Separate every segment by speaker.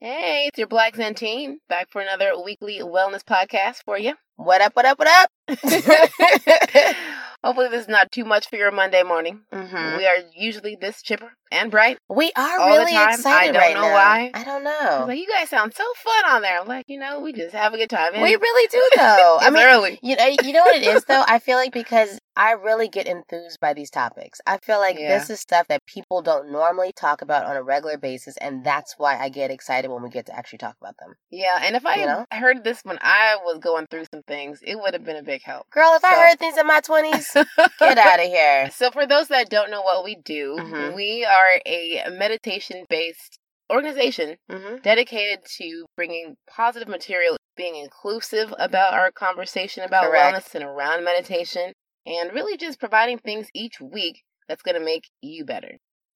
Speaker 1: Hey, it's your Black Zantine back for another weekly wellness podcast for you.
Speaker 2: What up, what up, what up?
Speaker 1: Hopefully, this is not too much for your Monday morning.
Speaker 2: Mhm.
Speaker 1: We are usually this chipper and bright.
Speaker 2: We are
Speaker 1: Mm-hmm. All the
Speaker 2: really
Speaker 1: time. I
Speaker 2: excited
Speaker 1: don't
Speaker 2: right
Speaker 1: know
Speaker 2: now.
Speaker 1: why.
Speaker 2: I don't
Speaker 1: I was
Speaker 2: know.
Speaker 1: like, you guys sound so fun on there. I'm like, you know, we just have a good time. And
Speaker 2: We really do, though. I
Speaker 1: it's
Speaker 2: mean,
Speaker 1: early.
Speaker 2: you know, you know what it is, though? I feel like because I really get enthused by these topics. I feel like
Speaker 1: Yeah.
Speaker 2: this is stuff that people don't normally talk about on a regular basis, and that's why I get excited when we get to actually talk about them.
Speaker 1: Yeah, and if I
Speaker 2: You know?
Speaker 1: heard this when I was going through some things, it would have been a big help.
Speaker 2: Girl, if
Speaker 1: So-
Speaker 2: I heard things in my 20s, get out of here.
Speaker 1: So, for those that don't know what we do,
Speaker 2: Mhm.
Speaker 1: we are a meditation based organization
Speaker 2: Mm-hmm.
Speaker 1: dedicated to bringing positive material, being inclusive about our conversation about
Speaker 2: Correct.
Speaker 1: wellness and around meditation, and really just providing things each week that's going to make you better.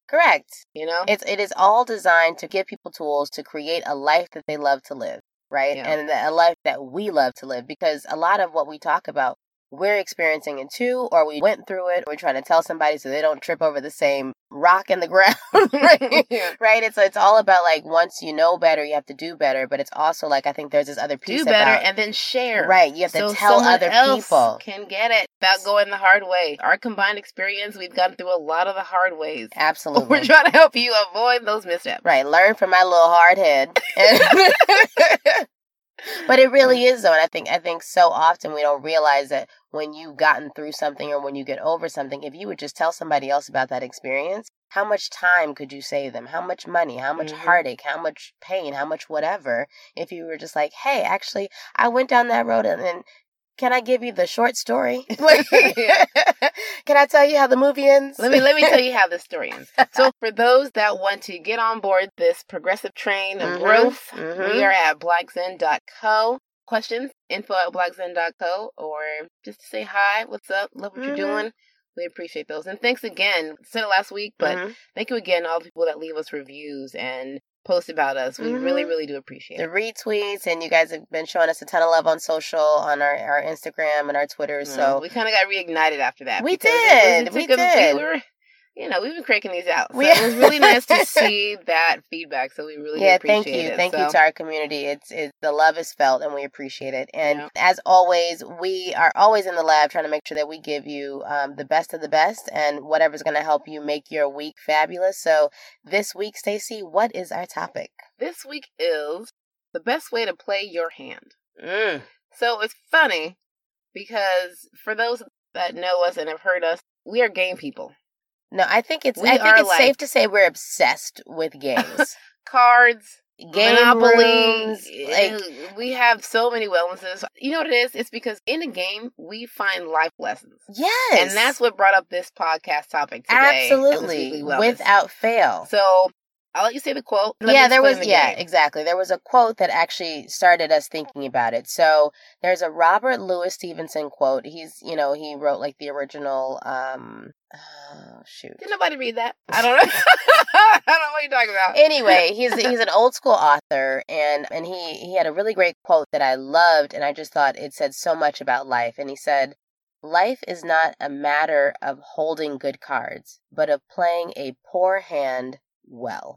Speaker 2: Correct.
Speaker 1: You know?
Speaker 2: It's it is all designed to give people tools to create a life that they love to live, right?
Speaker 1: Yeah.
Speaker 2: And a life that we love to live because a lot of what we talk about we're experiencing it too, or we went through it. We're trying to tell somebody so they don't trip over the same rock in the ground, right?
Speaker 1: Yeah.
Speaker 2: right? It's it's all about like once you know better, you have to do better. But it's also like I think there's this other piece
Speaker 1: Do better
Speaker 2: about
Speaker 1: and then share.
Speaker 2: right. You have to
Speaker 1: so
Speaker 2: tell
Speaker 1: someone
Speaker 2: other
Speaker 1: else
Speaker 2: people.
Speaker 1: can get it without going the hard way. Our combined experience, we've gone through a lot of the hard ways.
Speaker 2: Absolutely.
Speaker 1: We're trying to help you avoid those missteps.
Speaker 2: Right, learn from my little hard head. but it really is though, and I think I think so often we don't realize that when you've gotten through something or when you get over something, if you would just tell somebody else about that experience, how much time could you save them? How much money? How much
Speaker 1: Mhm.
Speaker 2: heartache? How much pain? How much whatever? If you were just like, hey, actually, I went down that road and. and can I give you the short story?
Speaker 1: Yeah.
Speaker 2: Can I tell you how the movie ends?
Speaker 1: Let me let me tell you how this story ends. So for those that want to get on board this progressive train of
Speaker 2: Mhm,
Speaker 1: growth,
Speaker 2: mhm.
Speaker 1: we are at blackzen.co. Questions, info at blackzen.co or just to say hi, what's up, love what
Speaker 2: Mhm.
Speaker 1: you're doing. We appreciate those. And thanks again. Said it last week, but
Speaker 2: Mhm.
Speaker 1: thank you again, all the people that leave us reviews and post about us. We really,
Speaker 2: Mhm.
Speaker 1: really do appreciate
Speaker 2: the
Speaker 1: it.
Speaker 2: retweets and you guys have been showing us a ton of love on social on our, our instagram and our twitter
Speaker 1: So
Speaker 2: so
Speaker 1: we kind of got reignited after that.
Speaker 2: Uh-huh. We
Speaker 1: because it
Speaker 2: did,
Speaker 1: was- it
Speaker 2: we
Speaker 1: took us-
Speaker 2: did.
Speaker 1: We were, you know, we've been cranking these out. So
Speaker 2: We-
Speaker 1: it was really nice to see that feedback. So we really do
Speaker 2: yeah
Speaker 1: appreciate
Speaker 2: thank you
Speaker 1: it.
Speaker 2: thank you
Speaker 1: So-
Speaker 2: to our community it's, it's the love is felt and we appreciate it and
Speaker 1: Yeah.
Speaker 2: as always we are always in the lab trying to make sure that we give you um, the best of the best and whatever's going to help you make your week fabulous so this week stacy what is our topic
Speaker 1: This week is the best way to play your hand.
Speaker 2: mm.
Speaker 1: So it's funny because for those that know us and have heard us, we are game people.
Speaker 2: no i think it's
Speaker 1: We
Speaker 2: i think
Speaker 1: are
Speaker 2: it's
Speaker 1: like-
Speaker 2: safe to say we're obsessed with games
Speaker 1: Cards,
Speaker 2: game
Speaker 1: Monopoly,
Speaker 2: rooms, like
Speaker 1: like we have so many wellnesses. You know what it is? It's because in a game we find life lessons.
Speaker 2: yes
Speaker 1: And that's what brought up this podcast topic today. of this
Speaker 2: Absolutely,
Speaker 1: weekly wellness.
Speaker 2: without fail.
Speaker 1: So I'll let you say the quote. Let
Speaker 2: yeah,
Speaker 1: me
Speaker 2: there
Speaker 1: explain
Speaker 2: was
Speaker 1: the
Speaker 2: yeah,
Speaker 1: game.
Speaker 2: exactly. There was a quote that actually started us thinking about it. So there's a Robert Louis Stevenson quote. He's you know he wrote like the original. um Oh shoot.
Speaker 1: Did nobody read that? I don't know. I don't know what you're talking about.
Speaker 2: Anyway, he's he's an old school author, and and he he had a really great quote that I loved, and I just thought it said so much about life. And he said, "Life is not a matter of holding good cards, but of playing a poor hand well."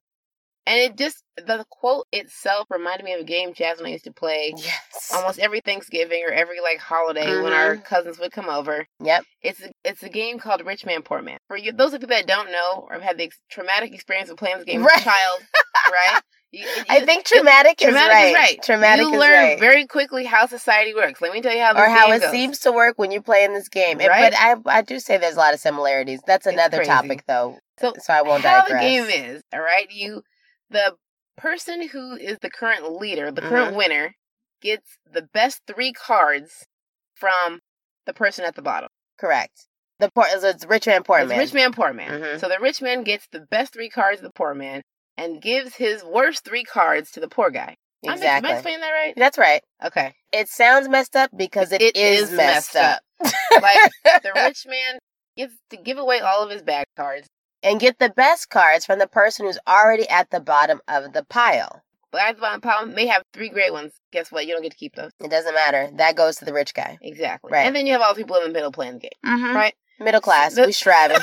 Speaker 1: and it just the quote itself reminded me of a game Jazz and I used to play
Speaker 2: Yes.
Speaker 1: almost every Thanksgiving or every like holiday when
Speaker 2: Mhm.
Speaker 1: our cousins would come over.
Speaker 2: Yep.
Speaker 1: It's a, it's a game called Rich Man Poor Man. For you, those of you that don't know or have had the ex- traumatic experience of playing this game as
Speaker 2: Right.
Speaker 1: a child, right? You-
Speaker 2: I
Speaker 1: you-
Speaker 2: think traumatic,
Speaker 1: traumatic
Speaker 2: is right.
Speaker 1: is right.
Speaker 2: Traumatic
Speaker 1: you
Speaker 2: is
Speaker 1: learn
Speaker 2: right.
Speaker 1: very quickly how society works. Let me tell you how this
Speaker 2: or how
Speaker 1: game
Speaker 2: it
Speaker 1: goes.
Speaker 2: seems to work when you're playing this game. It-
Speaker 1: Right.
Speaker 2: but I, I do say there's a lot of similarities. That's
Speaker 1: It's
Speaker 2: another
Speaker 1: crazy.
Speaker 2: topic, though.
Speaker 1: So,
Speaker 2: So I won't
Speaker 1: how the
Speaker 2: digress.
Speaker 1: game is. All right, you the person who is the current leader, the current
Speaker 2: Mm-hmm.
Speaker 1: winner, gets the best three cards from the person at the bottom.
Speaker 2: Correct. The poor, so it's rich man, poor
Speaker 1: it's
Speaker 2: man.
Speaker 1: rich man, poor man.
Speaker 2: Mhm.
Speaker 1: So the rich man gets the best three cards of the poor man and gives his worst three cards to the poor guy. I'm ex- Am I
Speaker 2: Exactly.
Speaker 1: explaining that right?
Speaker 2: That's right.
Speaker 1: Okay.
Speaker 2: It sounds messed up because
Speaker 1: It
Speaker 2: it is,
Speaker 1: is
Speaker 2: messed,
Speaker 1: messed up.
Speaker 2: up.
Speaker 1: Like the rich man gets to give away all of his bad cards.
Speaker 2: and get the best cards from the person who's already at the bottom of the pile.
Speaker 1: But I found Palm may have three great ones. Guess what? You don't get to keep those.
Speaker 2: It doesn't matter. That goes to the rich guy.
Speaker 1: Exactly.
Speaker 2: Right.
Speaker 1: And then you have all the people in the middle playing the game.
Speaker 2: Mm-hmm.
Speaker 1: Right.
Speaker 2: Middle class.
Speaker 1: The-
Speaker 2: we striving.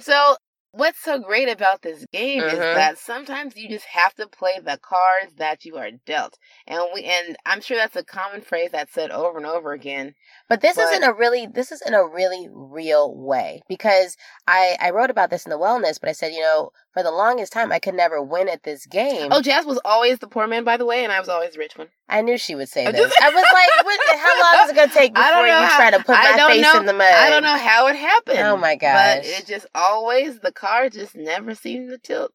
Speaker 1: So what's so great about this game is
Speaker 2: Mhm.
Speaker 1: that sometimes you just have to play the cards that you are dealt. And we and I'm sure that's a common phrase that's said over and over again.
Speaker 2: But this
Speaker 1: But-
Speaker 2: is in a really this is in a really real way because I I wrote about this in the wellness, but I said you know for the longest time I could never win at this game.
Speaker 1: Oh, Jazz was always the poor man, by the way, and I was always the rich one.
Speaker 2: I knew she would say
Speaker 1: I
Speaker 2: this.
Speaker 1: just-
Speaker 2: I was like, what, how long is it gonna take
Speaker 1: I don't
Speaker 2: before you
Speaker 1: know how-
Speaker 2: try to put
Speaker 1: I
Speaker 2: my
Speaker 1: don't
Speaker 2: face
Speaker 1: know-
Speaker 2: in the mud?
Speaker 1: I don't know how it happened.
Speaker 2: Oh my
Speaker 1: But
Speaker 2: gosh.
Speaker 1: it just always the card just never seemed to tilt.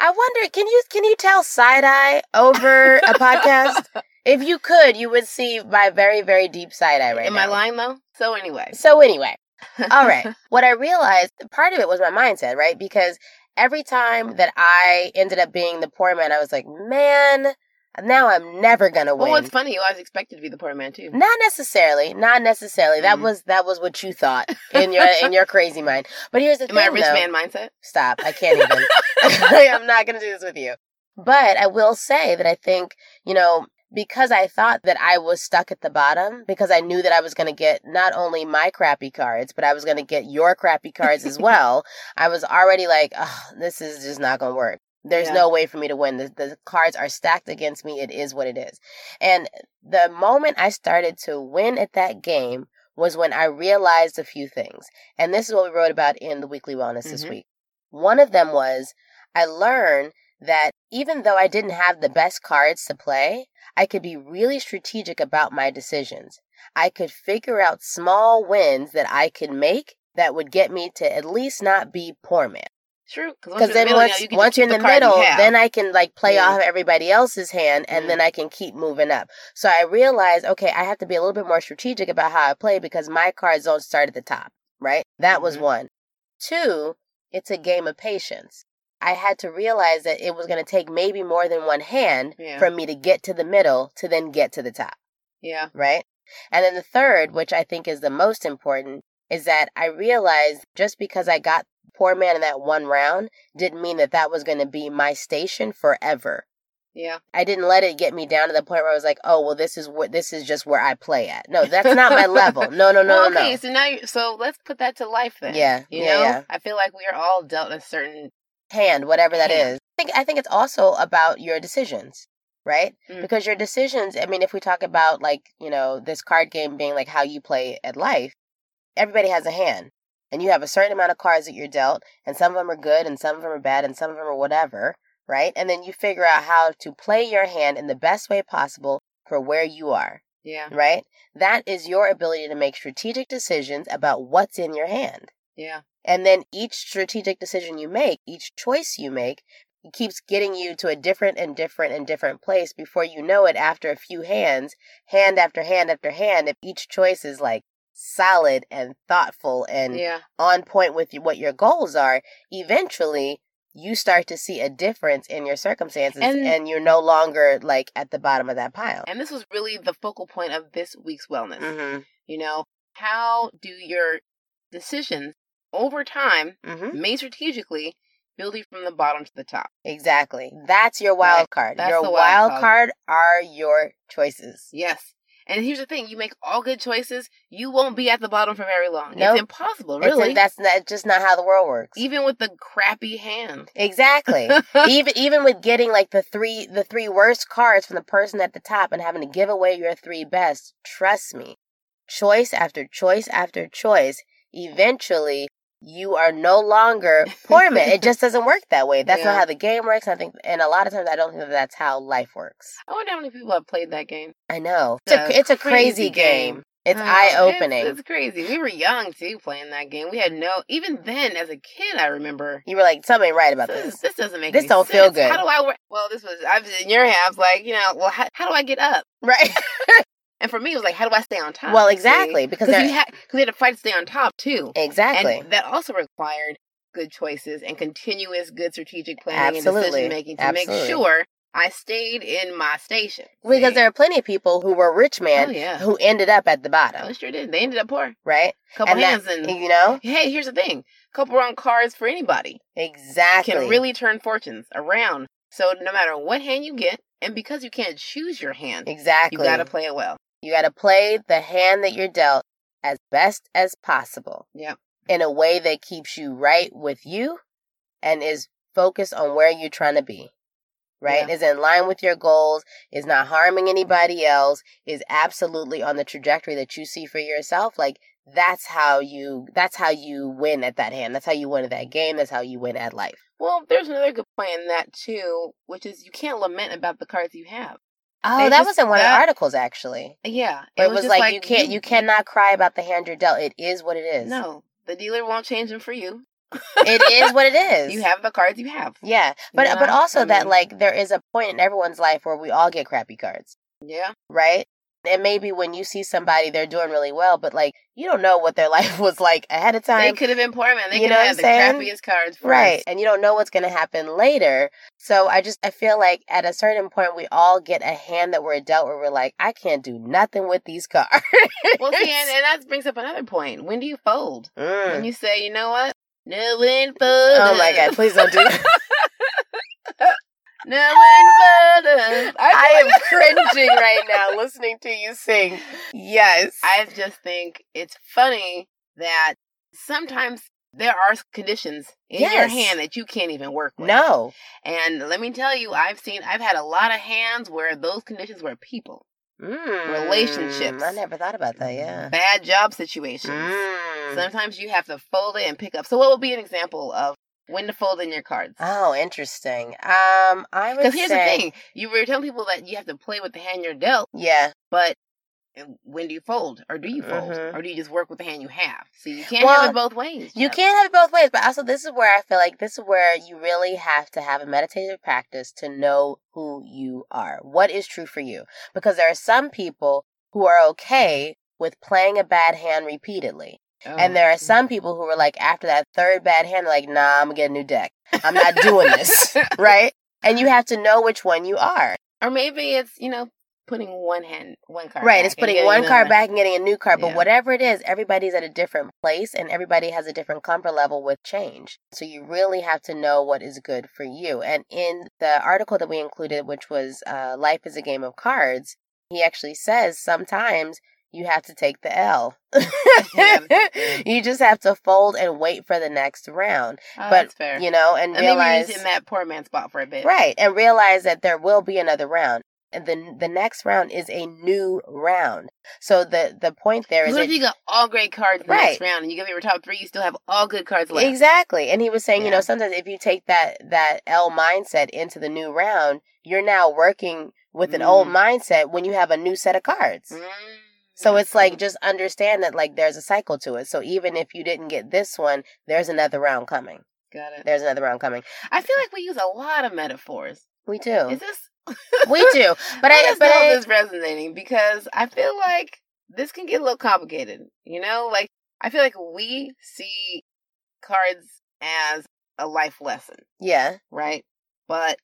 Speaker 2: I wonder, can you can you tell side eye over a podcast? If you could, you would see my very very deep side eye right
Speaker 1: Am
Speaker 2: now.
Speaker 1: I lying though? So anyway.
Speaker 2: So anyway, all right. What I realized, part of it was my mindset, right? Because every time that I ended up being the poor man, I was like, man, now I'm never gonna win.
Speaker 1: well, it's funny, you always expected to be the poor man too.
Speaker 2: Not necessarily. Not necessarily. That
Speaker 1: Mhm.
Speaker 2: was that was what you thought in your in your crazy mind. But here's the
Speaker 1: In
Speaker 2: thing,
Speaker 1: my rich
Speaker 2: though.
Speaker 1: man mindset.
Speaker 2: Stop. I can't even. I'm not going to do this with you. But I will say that I think you know because I thought that I was stuck at the bottom because I knew that I was going to get not only my crappy cards but I was going to get your crappy cards as well. I was already like, oh, this is just not going to work. There's
Speaker 1: Yeah.
Speaker 2: no way for me to win. The, the cards are stacked against me. It is what it is. And the moment I started to win at that game was when I realized a few things. And this is what we wrote about in the weekly wellness this
Speaker 1: Mhm.
Speaker 2: week. One of them was I learned that even though I didn't have the best cards to play, I could be really strategic about my decisions. I could figure out small wins that I could make that would get me to at least not be poor man.
Speaker 1: True.
Speaker 2: Because then once, once you're in the middle, then I can like play
Speaker 1: Mm.
Speaker 2: off everybody else's hand and
Speaker 1: Mm.
Speaker 2: then I can keep moving up. So I realized, okay, I have to be a little bit more strategic about how I play because my cards don't start at the top, right? That was
Speaker 1: Mhm.
Speaker 2: one. Two, it's a game of patience. I had to realize that it was going to take maybe more than one hand
Speaker 1: Yeah.
Speaker 2: for me to get to the middle to then get to the top
Speaker 1: Yeah.
Speaker 2: right? And then the third, which I think is the most important, is that I realized just because I got poor man in that one round didn't mean that that was going to be my station forever.
Speaker 1: Yeah.
Speaker 2: I didn't let it get me down to the point where I was like, "Oh, well, this is what this is just where I play at." No, that's not my level. No, no, no,
Speaker 1: well,
Speaker 2: no,
Speaker 1: okay,
Speaker 2: no.
Speaker 1: so now you so let's put that to life then.
Speaker 2: Yeah,
Speaker 1: You
Speaker 2: yeah,
Speaker 1: know?
Speaker 2: yeah.
Speaker 1: I feel like we are all dealt a certain
Speaker 2: hand, whatever that is.
Speaker 1: Hand.
Speaker 2: I think I think it's also about your decisions, right?
Speaker 1: Mm.
Speaker 2: Because your decisions, I mean, if we talk about like, you know, this card game being like how you play at life, everybody has a hand. And you have a certain amount of cards that you're dealt, and some of them are good and some of them are bad and some of them are whatever, right? And then you figure out how to play your hand in the best way possible for where you are,
Speaker 1: Yeah.
Speaker 2: right? That is your ability to make strategic decisions about what's in your hand.
Speaker 1: Yeah.
Speaker 2: And then each strategic decision you make, each choice you make, keeps getting you to a different and different and different place before you know it after a few hands, hand after hand after hand, if each choice is like solid and thoughtful and
Speaker 1: Yeah.
Speaker 2: on point with what your goals are, eventually you start to see a difference in your circumstances and,
Speaker 1: And-
Speaker 2: you're no longer like at the bottom of that pile.
Speaker 1: And this was really the focal point of this week's wellness.
Speaker 2: Mhm.
Speaker 1: You know, how do your decisions over time,
Speaker 2: Mhm.
Speaker 1: made strategically, build you from the bottom to the top?
Speaker 2: Exactly. That's your wild
Speaker 1: Right.
Speaker 2: card.
Speaker 1: That's
Speaker 2: your
Speaker 1: the wild
Speaker 2: wild card are your choices.
Speaker 1: Yes. And here's the thing, you make all good choices, you won't be at the bottom for very long.
Speaker 2: Nope.
Speaker 1: It's impossible,
Speaker 2: It's-
Speaker 1: really.
Speaker 2: that's not, just not how the world works.
Speaker 1: Even with the crappy hand.
Speaker 2: exactly. even even with getting like the three the three worst cards from the person at the top and having to give away your three best, trust me, choice after choice after choice, eventually you are no longer poor man. It just doesn't work that way. That's not
Speaker 1: Yeah.
Speaker 2: how the game works. I think, and a lot of times I don't think that that's how life works.
Speaker 1: I wonder how many people have played that game.
Speaker 2: I know it's
Speaker 1: It's
Speaker 2: a
Speaker 1: a
Speaker 2: it's a crazy
Speaker 1: crazy
Speaker 2: game.
Speaker 1: game.
Speaker 2: It's
Speaker 1: Oh,
Speaker 2: eye opening.
Speaker 1: It's, crazy. We were young too playing that game. We had no even then as a kid. I remember
Speaker 2: You were like, something ain't right about
Speaker 1: this.
Speaker 2: this.
Speaker 1: This doesn't make
Speaker 2: This
Speaker 1: any
Speaker 2: don't
Speaker 1: sense.
Speaker 2: feel good.
Speaker 1: How do I? Work? Well, this was I was in your house, like you know. Well, how, how do I get up?
Speaker 2: Right.
Speaker 1: And for me, it was like, how do I stay on top?
Speaker 2: well, exactly. Because
Speaker 1: Because
Speaker 2: they're
Speaker 1: you had because we had to fight to stay on top too.
Speaker 2: Exactly.
Speaker 1: And that also required good choices and continuous good strategic planning
Speaker 2: Absolutely.
Speaker 1: and decision making to
Speaker 2: Absolutely.
Speaker 1: make sure I stayed in my station.
Speaker 2: because
Speaker 1: See?
Speaker 2: there are plenty of people who were rich
Speaker 1: oh
Speaker 2: men
Speaker 1: yeah,
Speaker 2: who ended up at the
Speaker 1: oh
Speaker 2: bottom,
Speaker 1: sure did. They ended up poor.
Speaker 2: right?
Speaker 1: Couple
Speaker 2: And that-
Speaker 1: hands and
Speaker 2: You know?
Speaker 1: Hey, here's the thing. Couple wrong cards for anybody
Speaker 2: Exactly.
Speaker 1: can really turn fortunes around. So no matter what hand you get, and because you can't choose your hand,
Speaker 2: Exactly.
Speaker 1: you gotta play it well.
Speaker 2: You gotta play the hand that you're dealt as best as possible.
Speaker 1: Yep.
Speaker 2: In a way that keeps you right with you and is focused on where you're trying to be. Right?
Speaker 1: Yeah.
Speaker 2: Is in line with your goals, is not harming anybody else, is absolutely on the trajectory that you see for yourself. Like that's how you that's how you win at that hand. That's how you win at that game. That's how you win at life.
Speaker 1: Well, there's another good point in that too, which is you can't lament about the cards you have.
Speaker 2: Oh,
Speaker 1: They
Speaker 2: that
Speaker 1: just-
Speaker 2: was in one of
Speaker 1: that-
Speaker 2: the articles actually.
Speaker 1: Yeah,
Speaker 2: It, was,
Speaker 1: just
Speaker 2: like, you can't you, cannot cry about the hand you're dealt. It is what it is.
Speaker 1: No, the dealer won't change them for you.
Speaker 2: It is what it is.
Speaker 1: You have the cards you have.
Speaker 2: Yeah. But
Speaker 1: Yeah,
Speaker 2: but also
Speaker 1: I
Speaker 2: that
Speaker 1: mean-
Speaker 2: like there is a point in everyone's life where we all get crappy cards,
Speaker 1: Yeah,
Speaker 2: right? And maybe when you see somebody they're doing really well, but like you don't know what their life was like ahead of
Speaker 1: they
Speaker 2: time.
Speaker 1: could have been poor man. They
Speaker 2: You
Speaker 1: could
Speaker 2: know
Speaker 1: have had the
Speaker 2: what I'm saying?
Speaker 1: crappiest cards. First.
Speaker 2: Right. And you don't know what's going to happen later. So I just, I feel like at a certain point, we all get a hand that we're dealt where we're like, I can't do nothing with these cards.
Speaker 1: Well, see, and, and that brings up another point. When do you fold?
Speaker 2: Mm.
Speaker 1: When you say, you know what? No one folded.
Speaker 2: Oh my God, please don't do that.
Speaker 1: No one folded.
Speaker 2: I am cringing right now listening to you sing. Yes.
Speaker 1: I just think it's funny that sometimes there are conditions in your
Speaker 2: Yes.
Speaker 1: hand that you can't even work with.
Speaker 2: no.
Speaker 1: And let me tell you, I've seen, I've had a lot of hands where those conditions were people,
Speaker 2: Mm.
Speaker 1: Relationships.
Speaker 2: I never thought about that, yeah.
Speaker 1: bad job situations.
Speaker 2: Mm.
Speaker 1: Sometimes you have to fold it and pick up. So, what would be an example of when to fold in your cards?
Speaker 2: Oh, interesting. Um, I would
Speaker 1: Because here's
Speaker 2: say,
Speaker 1: the thing you were telling people that you have to play with the hand you're dealt,
Speaker 2: yeah.
Speaker 1: but eh, when do you fold? Or do you fold?
Speaker 2: Mhm.
Speaker 1: Or do you just work with the hand you have? So, you can't
Speaker 2: Well,
Speaker 1: have it both ways.
Speaker 2: You
Speaker 1: Jeff.
Speaker 2: can't have it both ways, but also this is where I feel like this is where you really have to have a meditative practice to know who you are. What is true for you? Because there are some people who are okay with playing a bad hand repeatedly.
Speaker 1: Oh.
Speaker 2: And there are some people who were like, after that third bad hand, like, nah, I'm gonna get a new deck. I'm not doing this, right? And you have to know which one you are,
Speaker 1: Or maybe it's, you know, putting one hand, one card.
Speaker 2: right?
Speaker 1: back
Speaker 2: It's
Speaker 1: and
Speaker 2: putting
Speaker 1: getting
Speaker 2: one
Speaker 1: another
Speaker 2: card back and getting a new card, but
Speaker 1: Yeah.
Speaker 2: whatever it is, everybody's at a different place and everybody has a different comfort level with change. So you really have to know what is good for you. And in the article that we included, which was uh, Life is a Game of Cards, he actually says sometimes you have to take the L.
Speaker 1: Yeah, but- yeah.
Speaker 2: you just have to fold and wait for the next round.
Speaker 1: Oh,
Speaker 2: but,
Speaker 1: that's fair.
Speaker 2: you know, and
Speaker 1: and realize,
Speaker 2: realize
Speaker 1: maybe he's in that poor man spot for a bit.
Speaker 2: right, and realize that there will be another round, and then the next round is a new round. So the the point there is
Speaker 1: Because what if
Speaker 2: that-
Speaker 1: you got all great cards in the next
Speaker 2: Right.
Speaker 1: round and you give your top three, you still have all good cards left.
Speaker 2: exactly, and he was saying, you
Speaker 1: Yeah.
Speaker 2: know, sometimes if you take that that L mindset into the new round, you're now working with an old
Speaker 1: Mm.
Speaker 2: mindset when you have a new set of cards.
Speaker 1: Mm.
Speaker 2: So it's like just understand that like there's a cycle to it. So even if you didn't get this one, there's another round coming.
Speaker 1: Got it.
Speaker 2: There's another round coming.
Speaker 1: I feel like we use a lot of metaphors.
Speaker 2: We do.
Speaker 1: Is this?
Speaker 2: we do. But
Speaker 1: Let
Speaker 2: I
Speaker 1: us
Speaker 2: but
Speaker 1: know
Speaker 2: I,
Speaker 1: if this resonating because I feel like this can get a little complicated. You know, like I feel like we see cards as a life lesson.
Speaker 2: yeah.
Speaker 1: right? But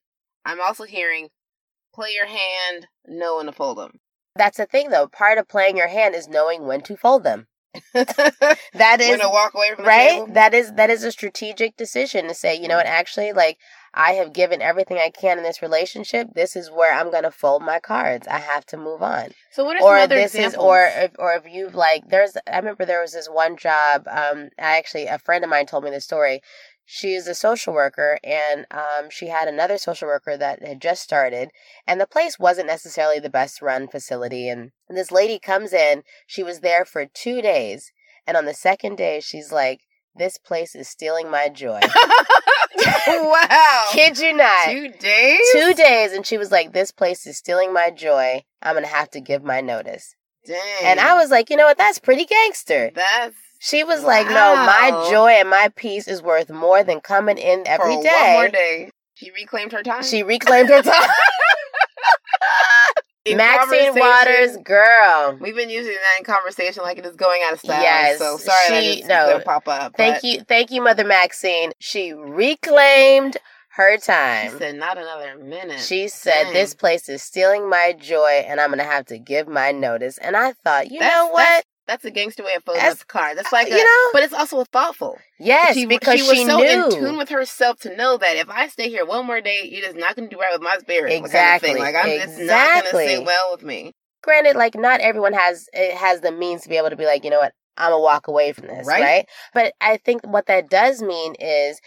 Speaker 1: I'm also hearing play your hand, know when to fold them.
Speaker 2: That's the thing though. Part of playing your hand is knowing when to fold them.
Speaker 1: when
Speaker 2: That is
Speaker 1: to walk away from the
Speaker 2: right?
Speaker 1: table.
Speaker 2: That is that is a strategic decision to say, you know what, actually like I have given everything I can in this relationship. This is where I'm going to fold my cards. I have to move on.
Speaker 1: so what are
Speaker 2: or
Speaker 1: some other
Speaker 2: this
Speaker 1: examples?
Speaker 2: is or if, or if you've like there's i remember there was this one job um i actually a friend of mine told me this story she is a social worker and um she had another social worker that had just started and the place wasn't necessarily the best run facility and this lady comes in she was there for two days and on the second day she's like this place is stealing my joy
Speaker 1: wow,
Speaker 2: kid you not
Speaker 1: Oh, two days,
Speaker 2: two days and she was like this place is stealing my joy i'm gonna have to give my notice
Speaker 1: Dang.
Speaker 2: and I was like, you know what? That's pretty gangster.
Speaker 1: that's
Speaker 2: She was like, no, my
Speaker 1: Wow.
Speaker 2: joy and my peace is worth more than coming in every
Speaker 1: for
Speaker 2: day.
Speaker 1: one more day. She reclaimed her time.
Speaker 2: She reclaimed her time.
Speaker 1: In
Speaker 2: Maxine
Speaker 1: conversation-
Speaker 2: Waters, girl.
Speaker 1: We've been using that in conversation, like it is going out of style.
Speaker 2: Yes,
Speaker 1: so sorry that
Speaker 2: she-
Speaker 1: it's
Speaker 2: no.
Speaker 1: gonna pop up.
Speaker 2: Thank you, thank you, Mother Maxine. She reclaimed her
Speaker 1: She
Speaker 2: time.
Speaker 1: said not another minute.
Speaker 2: She said,
Speaker 1: Dang.
Speaker 2: "This place is stealing my joy, and I'm gonna have to give my notice." And I thought, you
Speaker 1: That's-
Speaker 2: know what?
Speaker 1: That's a gangster way of folding
Speaker 2: That's-
Speaker 1: up
Speaker 2: uh,
Speaker 1: a card. That's like a,
Speaker 2: you know,
Speaker 1: but it's also thoughtful.
Speaker 2: yes,
Speaker 1: she,
Speaker 2: because
Speaker 1: she was so
Speaker 2: knew.
Speaker 1: in tune with herself to know that if I stay here one more day, it is not going to do right with my spirit. kind of
Speaker 2: Exactly.
Speaker 1: thing. Like I'm, it's not going
Speaker 2: Exactly.
Speaker 1: to sit well with me.
Speaker 2: granted like not everyone has it has the means to be able to be like you know what i'm gonna walk away from this
Speaker 1: Right.
Speaker 2: right? but i think what that does mean is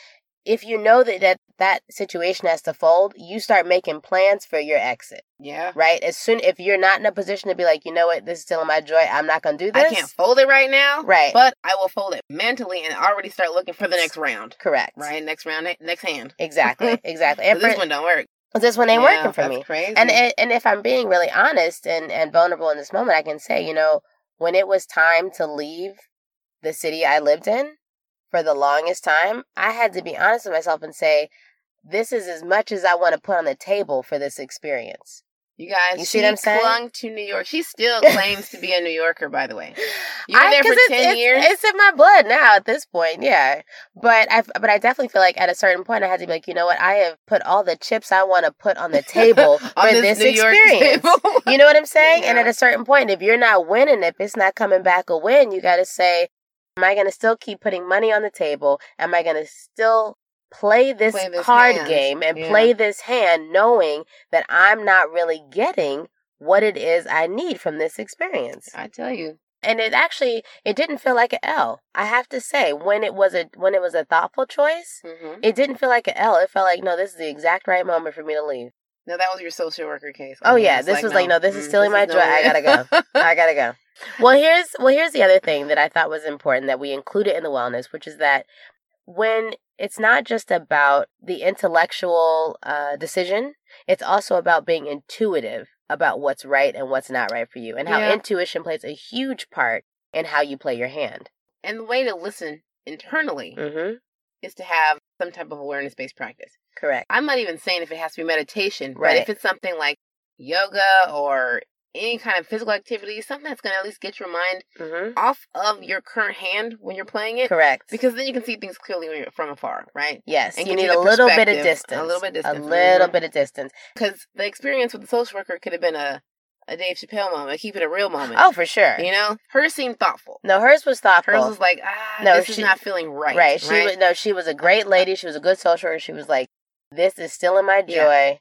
Speaker 2: if you know that, that that situation has to fold, you start making plans for your exit,
Speaker 1: Yeah.
Speaker 2: right? As soon if you're not in a position to be like, you know what, this is still my joy, I'm not gonna do this.
Speaker 1: I can't fold it right now.
Speaker 2: Right.
Speaker 1: But I will fold it mentally and already start looking for the next round.
Speaker 2: Correct.
Speaker 1: Right? Next round, next hand.
Speaker 2: Exactly. Exactly.
Speaker 1: 'Cause
Speaker 2: And for-
Speaker 1: this one don't work.
Speaker 2: this one ain't
Speaker 1: Yeah,
Speaker 2: working for
Speaker 1: that's
Speaker 2: me.
Speaker 1: Crazy.
Speaker 2: And it, and if I'm being really honest and and vulnerable in this moment, I can say, you know, when it was time to leave the city I lived in for the longest time, I had to be honest with myself and say, this is as much as I want to put on the table for this experience.
Speaker 1: you guys,
Speaker 2: you see
Speaker 1: she
Speaker 2: what I'm saying?
Speaker 1: clung to New York. She still claims to be a New Yorker, by the way. You were
Speaker 2: I-
Speaker 1: there for
Speaker 2: 'cause it's-
Speaker 1: 10
Speaker 2: it's-
Speaker 1: years.
Speaker 2: It's in my blood now at this point, yeah. But I but I definitely feel like at a certain point I had to be like, you know what? I have put all the chips I want to put on the table for
Speaker 1: On
Speaker 2: this,
Speaker 1: New York
Speaker 2: experience.
Speaker 1: table.
Speaker 2: You know what I'm saying? And
Speaker 1: Yeah.
Speaker 2: at a certain point, if you're not winning, if it's not coming back a win, you got to say, Am I going to still keep putting money on the table? Am I going to still play this,
Speaker 1: Play this
Speaker 2: card
Speaker 1: hand.
Speaker 2: game and
Speaker 1: Yeah.
Speaker 2: play this hand knowing that I'm not really getting what it is I need from this experience?
Speaker 1: I tell you.
Speaker 2: And it actually it didn't feel like an L. I have to say when it was a when it was a thoughtful choice,
Speaker 1: Mm-hmm.
Speaker 2: it didn't feel like an L. It felt like no, this is the exact right moment for me to leave.
Speaker 1: No, that was your social worker case.
Speaker 2: Oh, yeah, this was like, no, this is
Speaker 1: Mm,
Speaker 2: stealing my joy. I gotta
Speaker 1: go.
Speaker 2: I gotta go. Well, here's well, here's the other thing that I thought was important that we included in the wellness, which is that when it's not just about the intellectual uh, decision, it's also about being intuitive about what's right and what's not right for you, and how
Speaker 1: Yeah.
Speaker 2: intuition plays a huge part in how you play your hand.
Speaker 1: and the way to listen internally
Speaker 2: Mm-hmm.
Speaker 1: is to have some type of awareness based practice.
Speaker 2: Correct.
Speaker 1: I'm not even saying if it has to be meditation,
Speaker 2: Right.
Speaker 1: but if it's something like yoga or any kind of physical activity, something that's going to at least get your mind
Speaker 2: Mm-hmm.
Speaker 1: off of your current hand when you're playing it,
Speaker 2: Correct.
Speaker 1: because then you can see things clearly when you're from afar, right?
Speaker 2: yes,
Speaker 1: and
Speaker 2: you
Speaker 1: gives
Speaker 2: need
Speaker 1: you
Speaker 2: a
Speaker 1: the
Speaker 2: little bit of
Speaker 1: perspective, a
Speaker 2: distance.
Speaker 1: little bit of
Speaker 2: A
Speaker 1: distance,
Speaker 2: little
Speaker 1: mhm.
Speaker 2: bit of distance.
Speaker 1: Because the experience with the social worker could have been a, a Dave Chappelle moment, a keep it a real moment.
Speaker 2: Oh, for sure.
Speaker 1: you know, hers seemed thoughtful.
Speaker 2: no, hers was thoughtful.
Speaker 1: Hers was like, ah,
Speaker 2: No,
Speaker 1: this
Speaker 2: she-
Speaker 1: is not feeling right.
Speaker 2: Right. She was no, she was a great lady. She was a good social worker. She was like, This is still in my joy.
Speaker 1: Yeah.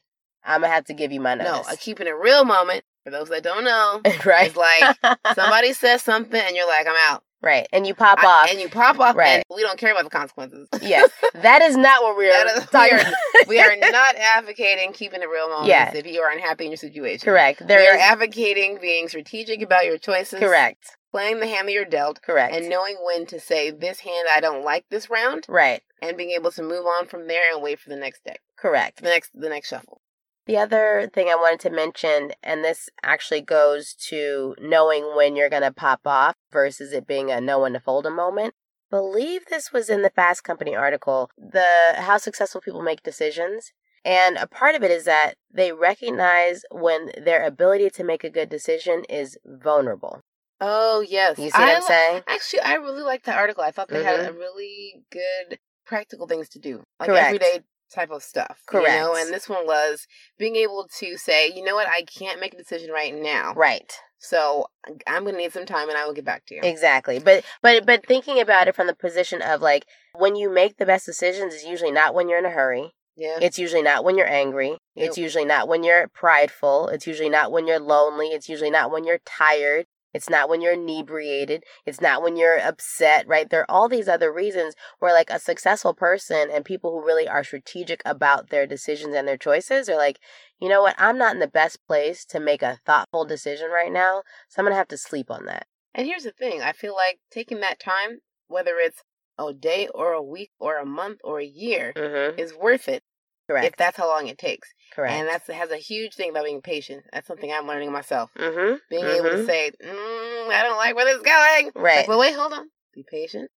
Speaker 2: I'm gonna have to give you my
Speaker 1: no,
Speaker 2: notice.
Speaker 1: a keeping it real moment. For those that don't know,
Speaker 2: right.
Speaker 1: it's like somebody says something and you're like, I'm out.
Speaker 2: right. And you pop
Speaker 1: I-
Speaker 2: off.
Speaker 1: and you pop off,
Speaker 2: Right.
Speaker 1: and we don't care about the consequences.
Speaker 2: yes. That is not what we are
Speaker 1: That is- we
Speaker 2: talking
Speaker 1: are-
Speaker 2: about.
Speaker 1: we are not advocating keeping it real moments
Speaker 2: Yeah.
Speaker 1: if you are unhappy in your situation.
Speaker 2: Correct.
Speaker 1: We
Speaker 2: There
Speaker 1: are
Speaker 2: is
Speaker 1: advocating being strategic about your choices.
Speaker 2: correct.
Speaker 1: Playing the hand that you're dealt
Speaker 2: Correct.
Speaker 1: and knowing when to say, this hand I don't like this round,
Speaker 2: right.
Speaker 1: and being able to move on from there and wait for the next deck,
Speaker 2: Correct.
Speaker 1: the next, the next shuffle.
Speaker 2: The other thing I wanted to mention, and this actually goes to knowing when you're going to pop off versus it being a no one to fold a moment. Believe this was in the Fast Company article, the how successful people make decisions. And a part of it is that they recognize when their ability to make a good decision is vulnerable.
Speaker 1: Oh, yes.
Speaker 2: You see what
Speaker 1: I
Speaker 2: I am
Speaker 1: li-
Speaker 2: saying?
Speaker 1: Actually, I really liked that article. I thought they had
Speaker 2: Mhm.
Speaker 1: a really good practical things to do, like
Speaker 2: Correct.
Speaker 1: everyday type of stuff. You know,
Speaker 2: Correct.
Speaker 1: and this one was being able to say, you know what, I can't make a decision right now,
Speaker 2: Right.
Speaker 1: so I'm gonna need some time, and I will get back to you.
Speaker 2: Exactly. But but but thinking about it from the position of like when you make the best decisions is usually not when you're in a hurry.
Speaker 1: yeah,
Speaker 2: It's usually not when you're angry. It's
Speaker 1: Nope.
Speaker 2: usually not when you're prideful. It's usually not when you're lonely. It's usually not when you're tired. It's not when you're inebriated. It's not when you're upset, right? There are all these other reasons where, like, a successful person and people who really are strategic about their decisions and their choices are like, you know what? I'm not in the best place to make a thoughtful decision right now. So I'm going to have to sleep on that.
Speaker 1: and here's the thing: I feel like taking that time, whether it's a day or a week or a month or a year,
Speaker 2: Mm-hmm.
Speaker 1: is worth it
Speaker 2: Correct.
Speaker 1: if that's how long it takes.
Speaker 2: Correct.
Speaker 1: And that's has a huge thing about being patient. That's something I'm learning myself.
Speaker 2: mm-hmm.
Speaker 1: being able to
Speaker 2: Mhm.
Speaker 1: say, mm, I don't like where this is going.
Speaker 2: Right.
Speaker 1: Like, well, wait, hold on. Be patient.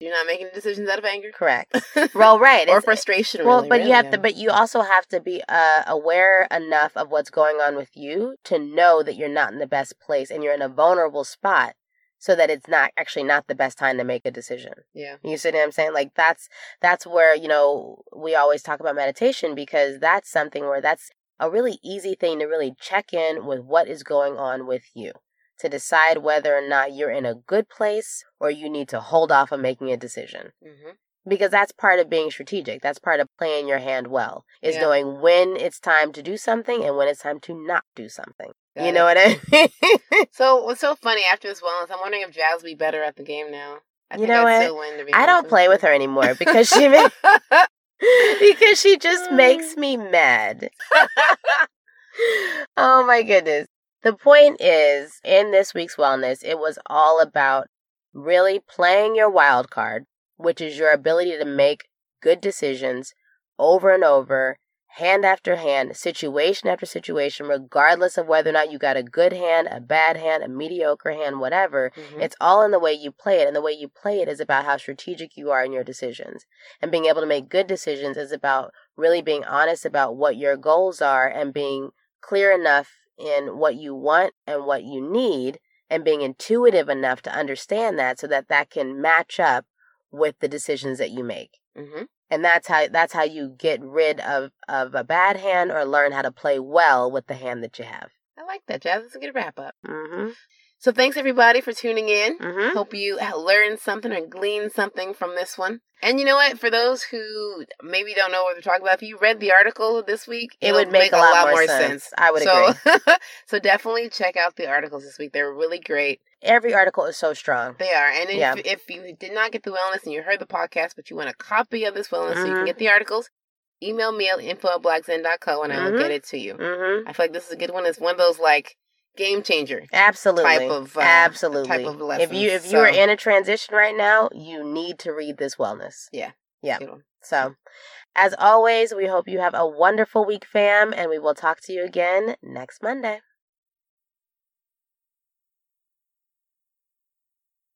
Speaker 1: You're not making decisions out of anger.
Speaker 2: Correct. Well, right.
Speaker 1: or
Speaker 2: It's-
Speaker 1: frustration.
Speaker 2: Well,
Speaker 1: really,
Speaker 2: but
Speaker 1: really,
Speaker 2: you have
Speaker 1: yeah.
Speaker 2: to, but you also have to be uh, aware enough of what's going on with you to know that you're not in the best place and you're in a vulnerable spot, so that it's not actually not the best time to make a decision.
Speaker 1: Yeah.
Speaker 2: You see what I'm saying? Like that's that's where you know we always talk about meditation because that's something where that's a really easy thing to really check in with what is going on with you to decide whether or not you're in a good place or you need to hold off on making a decision
Speaker 1: hmm
Speaker 2: because that's part of being strategic. That's part of playing your hand well is
Speaker 1: Yeah.
Speaker 2: knowing when it's time to do something and when it's time to not do something.
Speaker 1: Got
Speaker 2: you
Speaker 1: it.
Speaker 2: know what I mean?
Speaker 1: So what's so funny after this wellness? I'm wondering if Jazz will be better at the game now. I
Speaker 2: You
Speaker 1: think
Speaker 2: know
Speaker 1: I
Speaker 2: what?
Speaker 1: still win. To be
Speaker 2: I
Speaker 1: honest
Speaker 2: don't play with her anymore because she ma- because she just makes me mad. oh my goodness. The point is, in this week's wellness, it was all about really playing your wild card, which is your ability to make good decisions over and over, hand after hand, situation after situation, regardless of whether or not you got a good hand, a bad hand, a mediocre hand, whatever.
Speaker 1: Mm-hmm.
Speaker 2: It's all in the way you play it. And the way you play it is about how strategic you are in your decisions. And being able to make good decisions is about really being honest about what your goals are and being clear enough in what you want and what you need and being intuitive enough to understand that so that that can match up with the decisions that you make.
Speaker 1: Mm-hmm.
Speaker 2: And that's how that's how you get rid of of a bad hand or learn how to play well with the hand that you have.
Speaker 1: I like that, Jazz. That's a good wrap up.
Speaker 2: Mhm.
Speaker 1: So thanks everybody for tuning in.
Speaker 2: Mhm.
Speaker 1: Hope you learned something or gleaned something from this one. And you know what? For those who maybe don't know what we're talking about, if you read the article this week,
Speaker 2: It would make, a lot, more sense. I would
Speaker 1: so,
Speaker 2: agree.
Speaker 1: so definitely check out the articles this week. They're really great.
Speaker 2: Every article is so strong.
Speaker 1: They are. And if,
Speaker 2: Yeah.
Speaker 1: if you did not get the wellness and you heard the podcast, but you want a copy of this wellness so you can
Speaker 2: Mhm.
Speaker 1: get the articles, email me at info at blackzen.co and I will
Speaker 2: Mhm.
Speaker 1: get it to you.
Speaker 2: Mhm.
Speaker 1: I feel like this is a good one. It's one of those like game changer.
Speaker 2: Absolutely.
Speaker 1: Type of, uh,
Speaker 2: Absolutely.
Speaker 1: type of
Speaker 2: if you
Speaker 1: lessons,
Speaker 2: if you are
Speaker 1: so-
Speaker 2: in a transition right now, you need to read this wellness. Yeah.
Speaker 1: Good one.
Speaker 2: So, as always, we hope you have a wonderful week, fam, and we will talk to you again next Monday.